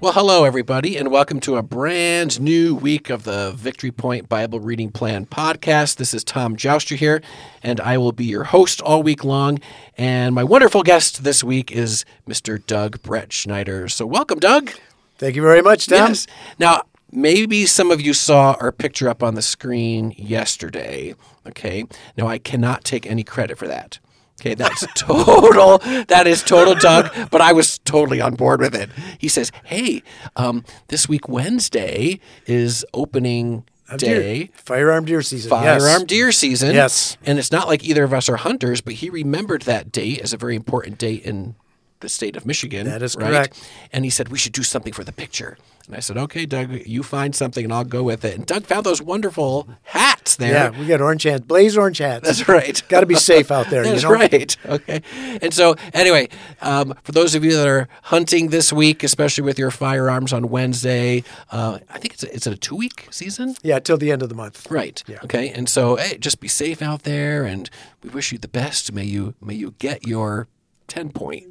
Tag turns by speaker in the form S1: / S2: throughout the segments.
S1: Well, hello, everybody, and welcome to a brand new week of the Victory Point Bible Reading Plan podcast. This is Tom Jouster here, and I will be your host all week long. And my wonderful guest this week is Mr. Doug Brett Schneider. So, welcome, Doug.
S2: Thank you very much, Tom.
S1: Yes. Now, maybe some of you saw our picture up on the screen yesterday. Okay. Now, I cannot take any credit for that. Okay, that's total. That is total, Doug. But I was totally on board with it. He says, "Hey, um, this week Wednesday is opening
S2: Of deer.
S1: day,
S2: Firearm deer season. yes.
S1: firearm deer season."
S2: Yes.
S1: and it's not like either of us are hunters, but he remembered that date as a very important date in the state of Michigan.
S2: That is
S1: right?
S2: correct.
S1: And he said we should do something for the picture. And I said, "Okay, Doug, you find something, and I'll go with it." And Doug found those wonderful hats there.
S2: Yeah, we got orange hats, blaze orange hats.
S1: That's right.
S2: Got to be safe out there.
S1: That's
S2: you know?
S1: right. Okay. And so, anyway, um, for those of you that are hunting this week, especially with your firearms on Wednesday, uh, I think it's a, it's a two week season.
S2: Yeah, till the end of the month.
S1: Right. Okay. And so, hey, just be safe out there, and we wish you the best. May you may you get your ten point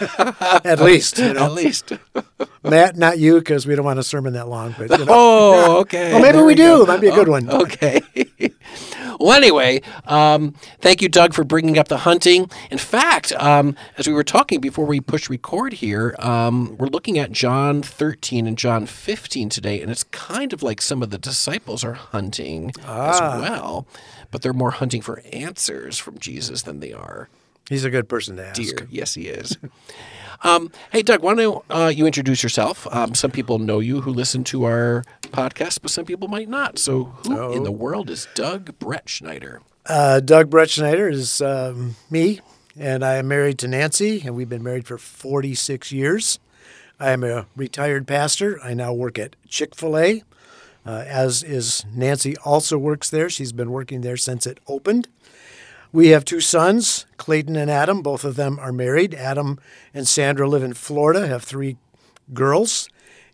S2: At least, you
S1: at
S2: know,
S1: least.
S2: Matt, not you, because we don't want a sermon that long. But you know,
S1: Oh, okay.
S2: well, maybe
S1: There
S2: we do.
S1: go. Oh,
S2: Might be a good one.
S1: Okay. well, anyway, um, thank you, Doug, for bringing up the hunting. In fact, um, as we were talking before we push record here, um, we're looking at John 13 and John 15 today, and it's kind of like some of the disciples are hunting as well, but they're more hunting for answers from Jesus than they are
S2: He's a good person to ask.
S1: deer. Yes, he is. um, hey, Doug, why don't uh, you introduce yourself? Um, some people know you who listen to our podcast, but some people might not. So, who
S2: Oh.
S1: in the world is Doug Brett Schneider?
S2: Uh, Doug Brett Schneider is um, me, and I am married to Nancy, and we've been married for 46 years. I am a retired pastor. I now work at Chick fil A, uh, as is Nancy, also works there. She's been working there since it opened. We have two sons, Clayton and Adam. Both of them are married. Adam and Sandra live in Florida, have three girls.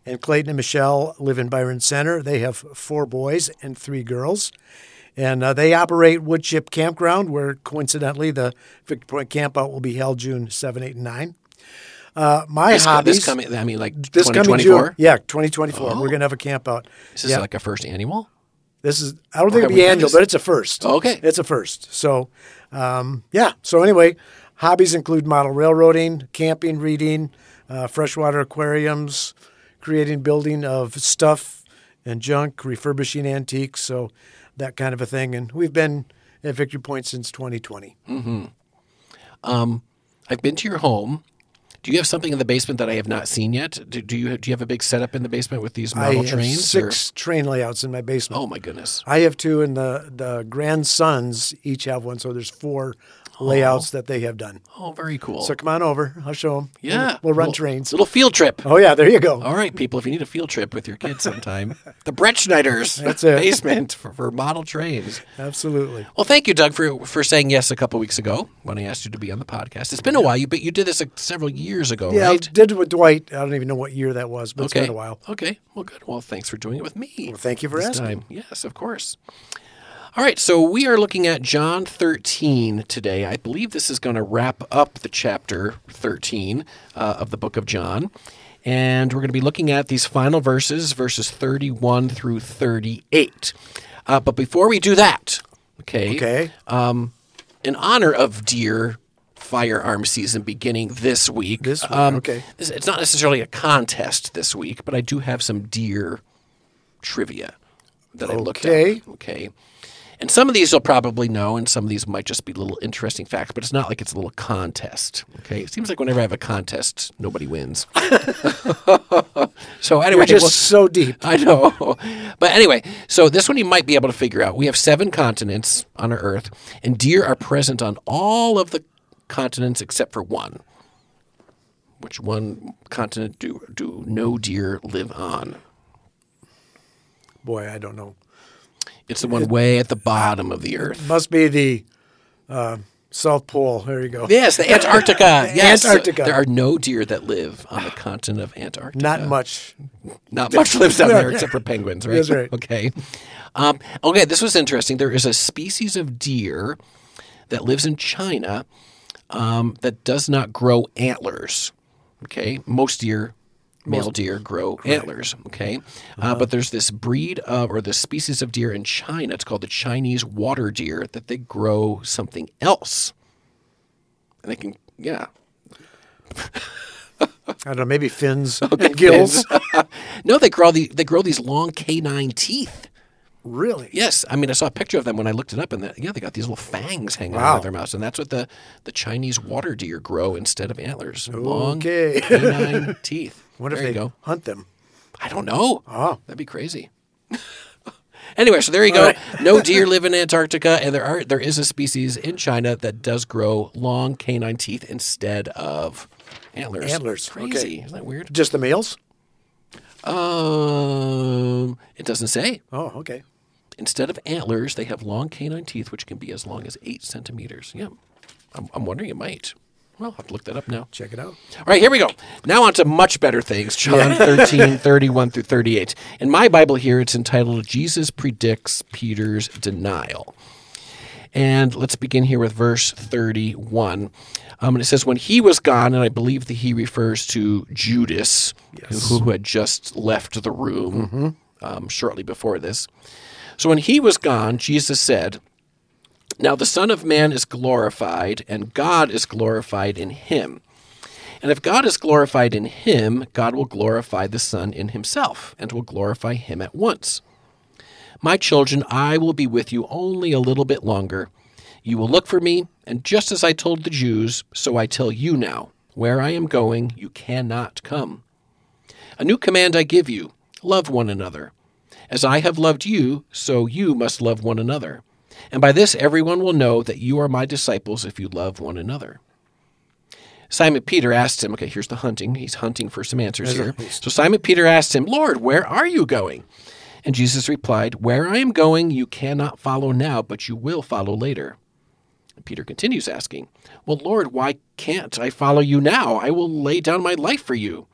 S2: And Clayton and Michelle live in Byron Center. They have four boys and three girls. And uh, they operate Woodchip Campground, where coincidentally the Victor Point Campout will be held June 7, 8, and 9. Uh, my
S1: This, co-
S2: hobbies.
S1: this coming, I mean, like
S2: this coming
S1: 2024.
S2: June. Yeah, 2024. We're going to have a campout.
S1: Oh. This is
S2: yeah.
S1: like a first annual.
S2: This is I don't think
S1: we Oh.
S2: it'll be
S1: got
S2: annual,
S1: this.
S2: but it's a first.
S1: Okay.
S2: it's a first. So, um, yeah. So anyway, hobbies include model railroading, camping, reading, uh, freshwater aquariums, creating building of stuff and junk, refurbishing antiques, so that kind of a thing. And we've been at Victory Point since 2020.
S1: I've been to your home. Do you have something in the basement that I have not seen yet? Do, do you do you have a big setup in the basement with these
S2: I
S1: model
S2: have
S1: trains? or-
S2: six train layouts in my basement.
S1: oh my goodness!
S2: I have two, and the the grandsons each have one. So there's four layouts that they have done.
S1: Oh, very cool.
S2: So come on over. I'll show them.
S1: yeah,
S2: We'll, run
S1: Little-
S2: trains.
S1: Little field trip.
S2: Oh, yeah. There you go.
S1: All right, people, if you need a field trip with your kids sometime, the Bretschneiders
S2: That's it.
S1: basement for, for model trains.
S2: Absolutely.
S1: Well, thank you, Doug, for for saying yes a couple weeks ago when I asked you to be on the podcast. It's been a while, you but you did this like, several years ago,
S2: Yeah,
S1: right?
S2: I did it with Dwight. I don't even know what year that was, but
S1: okay.
S2: it's been a while.
S1: Okay. Well, good. Well, thanks for doing it with me.
S2: Well, thank you for
S1: this
S2: asking.
S1: time. Yes, of course. All right, so we are looking at John 13 today. I believe this is going to wrap up the chapter 13 uh, of the book of John. And we're going to be looking at these final verses, verses 31 through 38. Uh, but before we do that, okay,
S2: Okay.
S1: in honor of deer firearm season beginning this week.
S2: This week, okay.
S1: this- it's not necessarily a contest this week, but I do have some deer trivia that I looked
S2: Okay.
S1: at. Okay. And some of these you'll probably know, and some of these might just be little interesting facts, but it's not like it's a little contest. Okay. It seems like whenever I have a contest, nobody wins. so, anyway,
S2: You're just
S1: well-
S2: so deep.
S1: I know. But anyway, so this one you might be able to figure out. We have seven continents on our Earth, and deer are present on all of the continents except for one. Which one continent do do no deer live on?
S2: Boy, I don't know.
S1: It's the one way at the bottom of the Earth.
S2: Must be the uh, South Pole. There you go.
S1: Yes, the Antarctica. Yes.
S2: Antarctica.
S1: There are no deer that live on the continent of Antarctica.
S2: Not much.
S1: Not much lives down there except for penguins, right?
S2: That's right.
S1: Okay. Um, okay, this was interesting. There is a species of deer that lives in China um, that does not grow antlers. Okay. Most deer, male deer, grow antlers. Okay.
S2: Uh-huh.
S1: Uh, but there's this breed of, or this species of deer in China. It's called the Chinese water deer that they grow something else. And they can, yeah.
S2: I don't know. Maybe fins and gills.
S1: no, they grow the they grow these long canine teeth.
S2: Really?
S1: Yes, I mean I saw a picture of them when I looked it up, and the, yeah, they got these little fangs hanging out
S2: Wow.
S1: of their mouths, and that's what the the Chinese water deer grow instead of antlers. Long
S2: Okay.
S1: canine teeth.
S2: What if
S1: there
S2: they
S1: you go.
S2: hunt them?
S1: I don't know.
S2: Oh.
S1: That'd be crazy. anyway, so there you go. no deer live in Antarctica, and there are there is a species in China that does grow long canine teeth instead of antlers.
S2: Antlers, okay.
S1: Crazy. Isn't that weird?
S2: Just the males?
S1: Um, it doesn't say.
S2: Oh, okay.
S1: Instead of antlers, they have long canine teeth, which can be as long as eight centimeters. Yeah, I'm, I'm wondering it might. Well, I'll have to look that up now.
S2: Check it out.
S1: All right, here we go. Now on to much better things. John 13, 31 through 38. In my Bible here, it's entitled Jesus Predicts Peter's Denial. And let's begin here with verse 31. Um, and it says, When he was gone, and I believe that he refers to Judas, who, who had just left the room um, shortly before this. So when he was gone, Jesus said, Now the Son of Man is glorified, and God is glorified in him. And if God is glorified in him, God will glorify the Son in himself, and will glorify him at once. My children, I will be with you only a little bit longer. You will look for me, and just as I told the Jews, so I tell you now. Where I am going, you cannot come. A new command I give you love one another. As I have loved you, so you must love one another. And by this everyone will know that you are my disciples if you love one another. Simon Peter asked him, okay, here's the hunting. He's hunting for some answers here. So Simon Peter asked him, Lord, where are you going? And Jesus replied, Where I am going, you cannot follow now, but you will follow later. And Peter continues asking, Well, Lord, why can't I follow you now? I will lay down my life for you.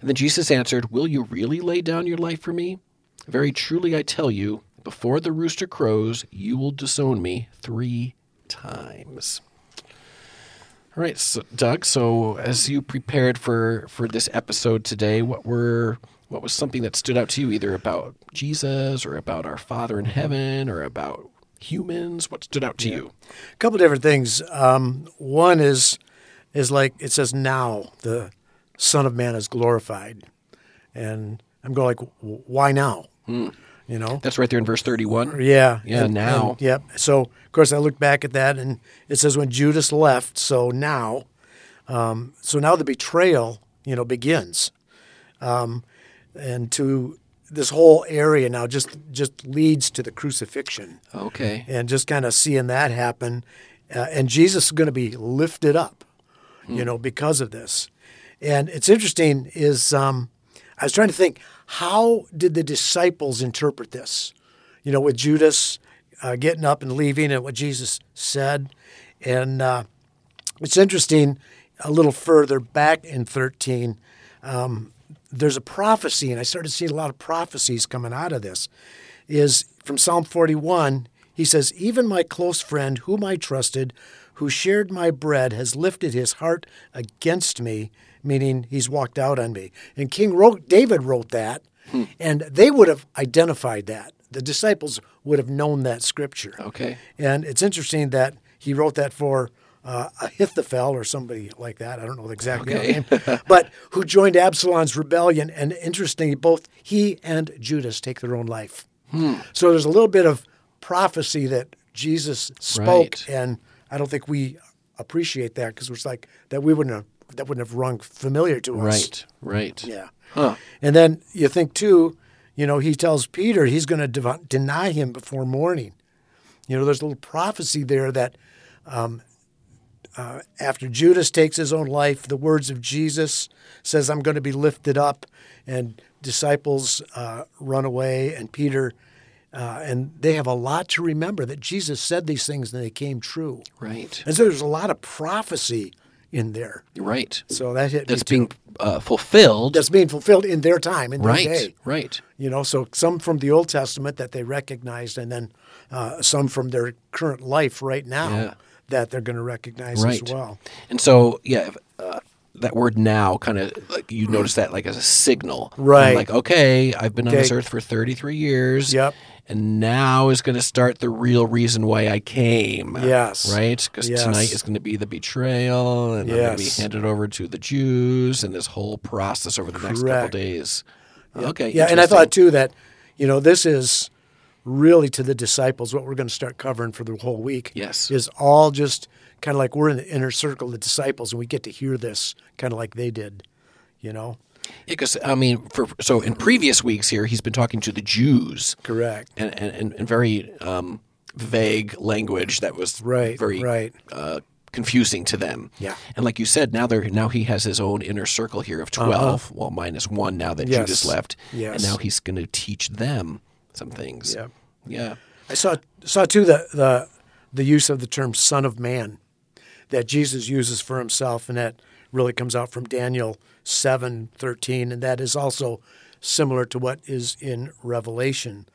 S1: And then Jesus answered, Will you really lay down your life for me? Very truly I tell you, before the rooster crows, you will disown me three times. All right, so Doug. So, as you prepared for for this episode today, what were what was something that stood out to you, either about Jesus or about our Father
S2: Mm-hmm.
S1: in heaven or about humans? What stood out to you?
S2: A couple different things. Um, one is is like it says now the Son of Man is glorified, and I'm going like, w- why now? You know,
S1: That's right there in verse thirty-one.
S2: yeah,
S1: Yeah, now.
S2: and- yep. So of course I look back at that, and it says when Judas left. So now, um, so now the betrayal, you know, begins, um, and to this whole area now just just leads to the crucifixion
S1: Okay.
S2: and just kind of seeing that happen. Uh, and Jesus is going to be lifted up, you know, because of this. And it's interesting is um, I was trying to think how did the disciples interpret this? You know, with Judas uh, getting up and leaving, and what Jesus said, and uh, it's interesting. A little further back in thirteen, um, there's a prophecy, and I started seeing a lot of prophecies coming out of this, is from Psalm 41. He says, Even my close friend, whom I trusted, who shared my bread, has lifted his heart against me, meaning he's walked out on me. And King wrote, David wrote that, and they would have identified that. The disciples would have known that scripture.
S1: Okay.
S2: And it's interesting that he wrote that for uh, Ahithophel or somebody like that. I don't know the exact name, but who joined Absalom's rebellion. And interestingly, both he and Judas take their own life.
S1: Hmm.
S2: So there's a little bit of prophecy that Jesus spoke,
S1: Right.
S2: and I don't think we appreciate that because it's like that we wouldn't have, that wouldn't have rung familiar to us.
S1: Right. Right.
S2: Yeah.
S1: Huh.
S2: And then you think too, you know, he tells Peter he's going to dev- deny him before morning. You know, there's a little prophecy there that um, uh, after Judas takes his own life, the words of Jesus says, "I'm going to be lifted up," and disciples uh, run away, and Peter Uh, and they have a lot to remember that Jesus said these things and they came true.
S1: Right.
S2: And so there's a lot of prophecy in there.
S1: Right.
S2: So that hit me
S1: That's
S2: too.
S1: being uh, fulfilled.
S2: that's being fulfilled in their time in their
S1: right.
S2: day.
S1: Right.
S2: You know, so some from the Old Testament that they recognized, and then uh, some from their current life right now
S1: Yeah.
S2: that they're going to recognize
S1: Right.
S2: as well.
S1: And so, yeah, if, uh, that word now kind of like you notice that like as a signal. I'm
S2: Right.
S1: like, okay, I've been on this
S2: Okay.
S1: earth for 33 years.
S2: Yep.
S1: And now is going to start the real reason why I came.
S2: Yes.
S1: Right? Because
S2: Yes.
S1: tonight is going to be the betrayal and I'm going to
S2: Yes.
S1: be handed over to the Jews and this whole process over the next couple
S2: Correct.
S1: days. Okay.
S2: Yeah, and I
S1: interesting.
S2: thought too that, you know, this is really to the disciples what we're going to start covering for the whole week.
S1: Yes.
S2: is all just kind of like we're in the inner circle of the disciples, and we get to hear this kind of like they did. You know,
S1: Because I mean, for so in previous weeks here, he's been talking to the Jews,
S2: correct.
S1: and and, and, and very um, vague language that was
S2: Right,
S1: very
S2: right.
S1: Uh, confusing to them.
S2: Yeah.
S1: and like you said, now they're now he has his own inner circle here of 12 well minus one now that
S2: Uh-huh. Yes.
S1: Judas left, and
S2: Yes.
S1: now he's going to teach them some things.
S2: Yep.
S1: yeah,
S2: I saw saw too the the the use of the term "son of man" that Jesus uses for himself, and that really comes out from Daniel seven thirteen, and that is also similar to what is in Revelation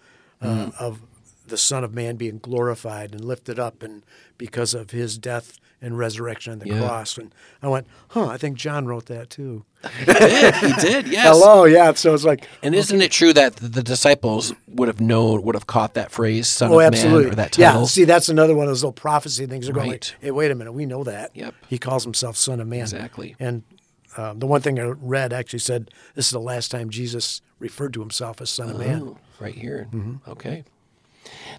S2: uh, of the Son of Man being glorified and lifted up, and because of his death and resurrection on the
S1: Yeah.
S2: cross. And I went, huh? I think John wrote that too.
S1: he did. Yes.
S2: Hello, yeah. So it's like,
S1: And isn't it true that the disciples would have known, would have caught that phrase, "Son
S2: Oh,
S1: of
S2: absolutely.
S1: Man," or that title?
S2: yeah. See, that's another one of those little prophecy things. They're going,
S1: Right.
S2: like, hey, wait a minute. We know that.
S1: Yep.
S2: He calls himself Son of Man.
S1: Exactly.
S2: And um, the one thing I read actually said, this is the last time Jesus referred to himself as Son of Man.
S1: Oh, right here.
S2: Mm-hmm.
S1: Okay.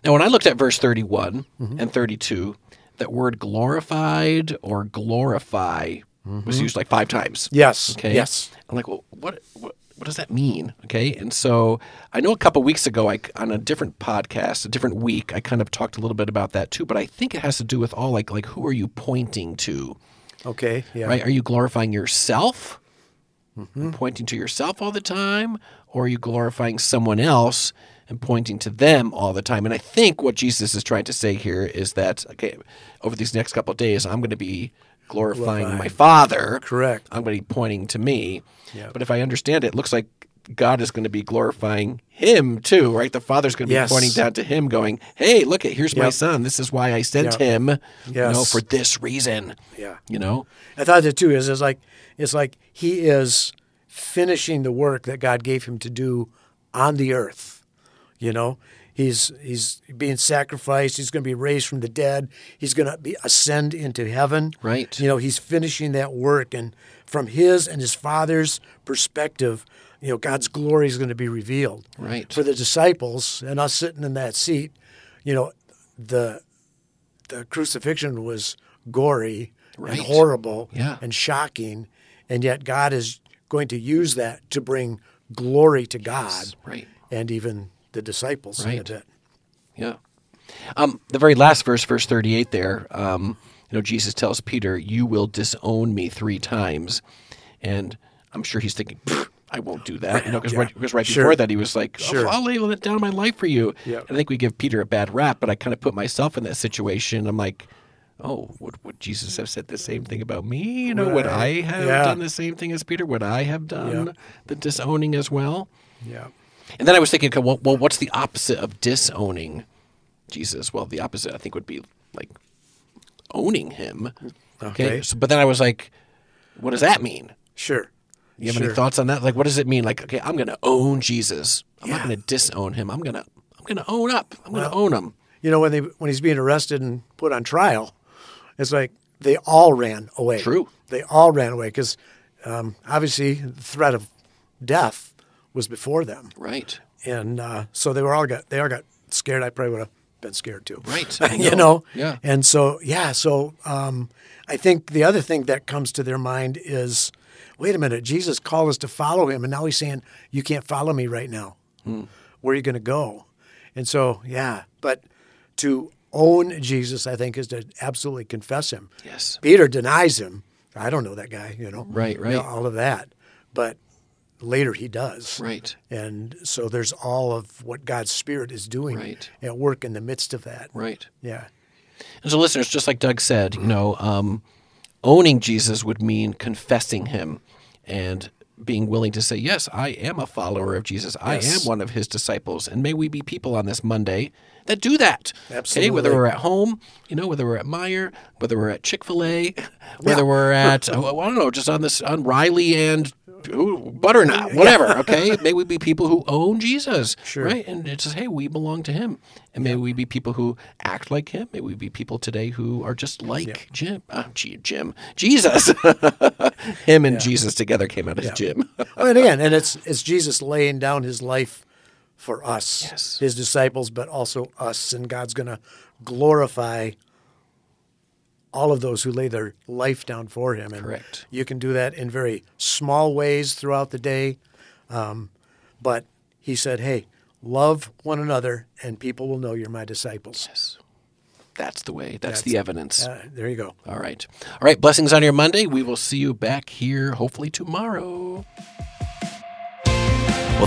S1: Now, when I looked at verse 31
S2: Mm-hmm.
S1: and 32, that word glorified or glorify was used like five times.
S2: Mm-hmm. Yes.
S1: Okay.
S2: Yes.
S1: I'm like, well, what, what, what does that mean? Okay. And so I know a couple weeks ago, I, on a different podcast, a different week, I kind of talked a little bit about that too, but I think it has to do with all like, like who are you pointing to?
S2: Okay. Yeah.
S1: right? Are you glorifying yourself,
S2: Mm-hmm.
S1: and pointing to yourself all the time, or are you glorifying someone else and pointing to them all the time? And I think what Jesus is trying to say here is that okay, over these next couple of days, I'm going to be glorifying my Father.
S2: Correct.
S1: I'm going to be pointing to me.
S2: Yeah.
S1: But if I understand it, it looks like. God is going to be glorifying him too, right? The Father's going to be
S2: Yes.
S1: pointing down to him, going, "Hey, look at here's my
S2: Yep.
S1: son. This is why I sent
S2: Yep.
S1: him, you know,
S2: Yes.
S1: for this reason."
S2: Yeah.
S1: you know,
S2: I thought that too is is like it's like he is finishing the work that God gave him to do on the earth. You know, he's he's being sacrificed. He's going to be raised from the dead. He's going to be ascend into heaven.
S1: Right.
S2: You know, he's finishing that work, and from his and his father's perspective, you know, God's glory is going to be revealed.
S1: Right.
S2: For the disciples and us sitting in that seat, you know, the the crucifixion was gory
S1: Right.
S2: and horrible
S1: Yeah.
S2: and shocking, and yet God is going to use that to bring glory to God
S1: right.
S2: and even the disciples. in
S1: Right.
S2: it.
S1: Yeah. Um, the very last verse, verse 38 there, um, you know, Jesus tells Peter, You will disown me three times. And I'm sure he's thinking, "Pfft, I won't do that. You know, because right, 'cause right
S2: Sure.
S1: before that, he was like,
S2: Sure.
S1: oh, I'll lay down my life for you.
S2: Yep.
S1: I think we give Peter a bad rap, but I kind of put myself in that situation. I'm like, Oh, would, would Jesus have said the same thing about me? You know, would I
S2: Right.
S1: have
S2: Yeah.
S1: done the same thing as Peter? Would I have done the disowning as well?
S2: Yeah.
S1: And then I was thinking, okay, well, well, what's the opposite of disowning Jesus? Well, the opposite I think would be like owning him.
S2: Okay.
S1: So, but then I was like, what does that mean?
S2: Sure.
S1: You have any
S2: Sure.
S1: thoughts on that? Like, what does it mean? Like, okay, I'm going to own Jesus. I'm not
S2: Yeah.
S1: going to disown him. I'm going to, I'm going to own up. I'm going to own him.
S2: You know, when they when he's being arrested and put on trial, it's like they all ran away.
S1: True.
S2: They all ran away because um, obviously the threat of death was before them.
S1: Right.
S2: and uh, so they were all got they all got scared. I probably would have been scared too,
S1: Right, I
S2: you
S1: know.
S2: know,
S1: Yeah.
S2: And so yeah, so um, I think the other thing that comes to their mind is, wait a minute, Jesus called us to follow him, and now he's saying you can't follow me right now.
S1: Hmm.
S2: Where are you going to go? And so yeah, but to own Jesus, I think, is to absolutely confess him.
S1: Yes.
S2: Peter denies him. I don't know that guy, you know.
S1: Right,
S2: You know,
S1: right.
S2: all of that. But later he does.
S1: Right.
S2: And so there's all of what God's Spirit is doing
S1: Right.
S2: at work in the midst of that.
S1: Right.
S2: Yeah.
S1: And so, listeners, just like Doug said, you know, um, owning Jesus would mean confessing him and being willing to say, Yes, I am a follower of Jesus. I am one of his disciples. And may we be people on this Monday that do that. Okay, whether
S2: Absolutely.
S1: we're at home, you know, whether we're at Meyer, whether we're at Chick fil A, whether we're at, oh, I don't know, just on this, on Riley and. Ooh, butternut, whatever. Okay, may we be people who own Jesus,
S2: Sure.
S1: right? and it says, "Hey, we belong to Him, and may we be people who act like Him. May we be people today who are just like Jim, uh, gee, Jim, Jesus. him and Jesus together came out as Jim.
S2: Well, and again, and it's it's Jesus laying down his life for us,
S1: Yes.
S2: his disciples, but also us, and God's going to glorify all of those who lay their life down for him. And
S1: Correct.
S2: You can do that in very small ways throughout the day, um, but he said, "Hey, love one another, and people will know you're my disciples."
S1: That's the way. That's, the evidence.
S2: Uh, there you go.
S1: All right, all right. Blessings on your Monday. We will see you back here hopefully tomorrow.
S3: Well,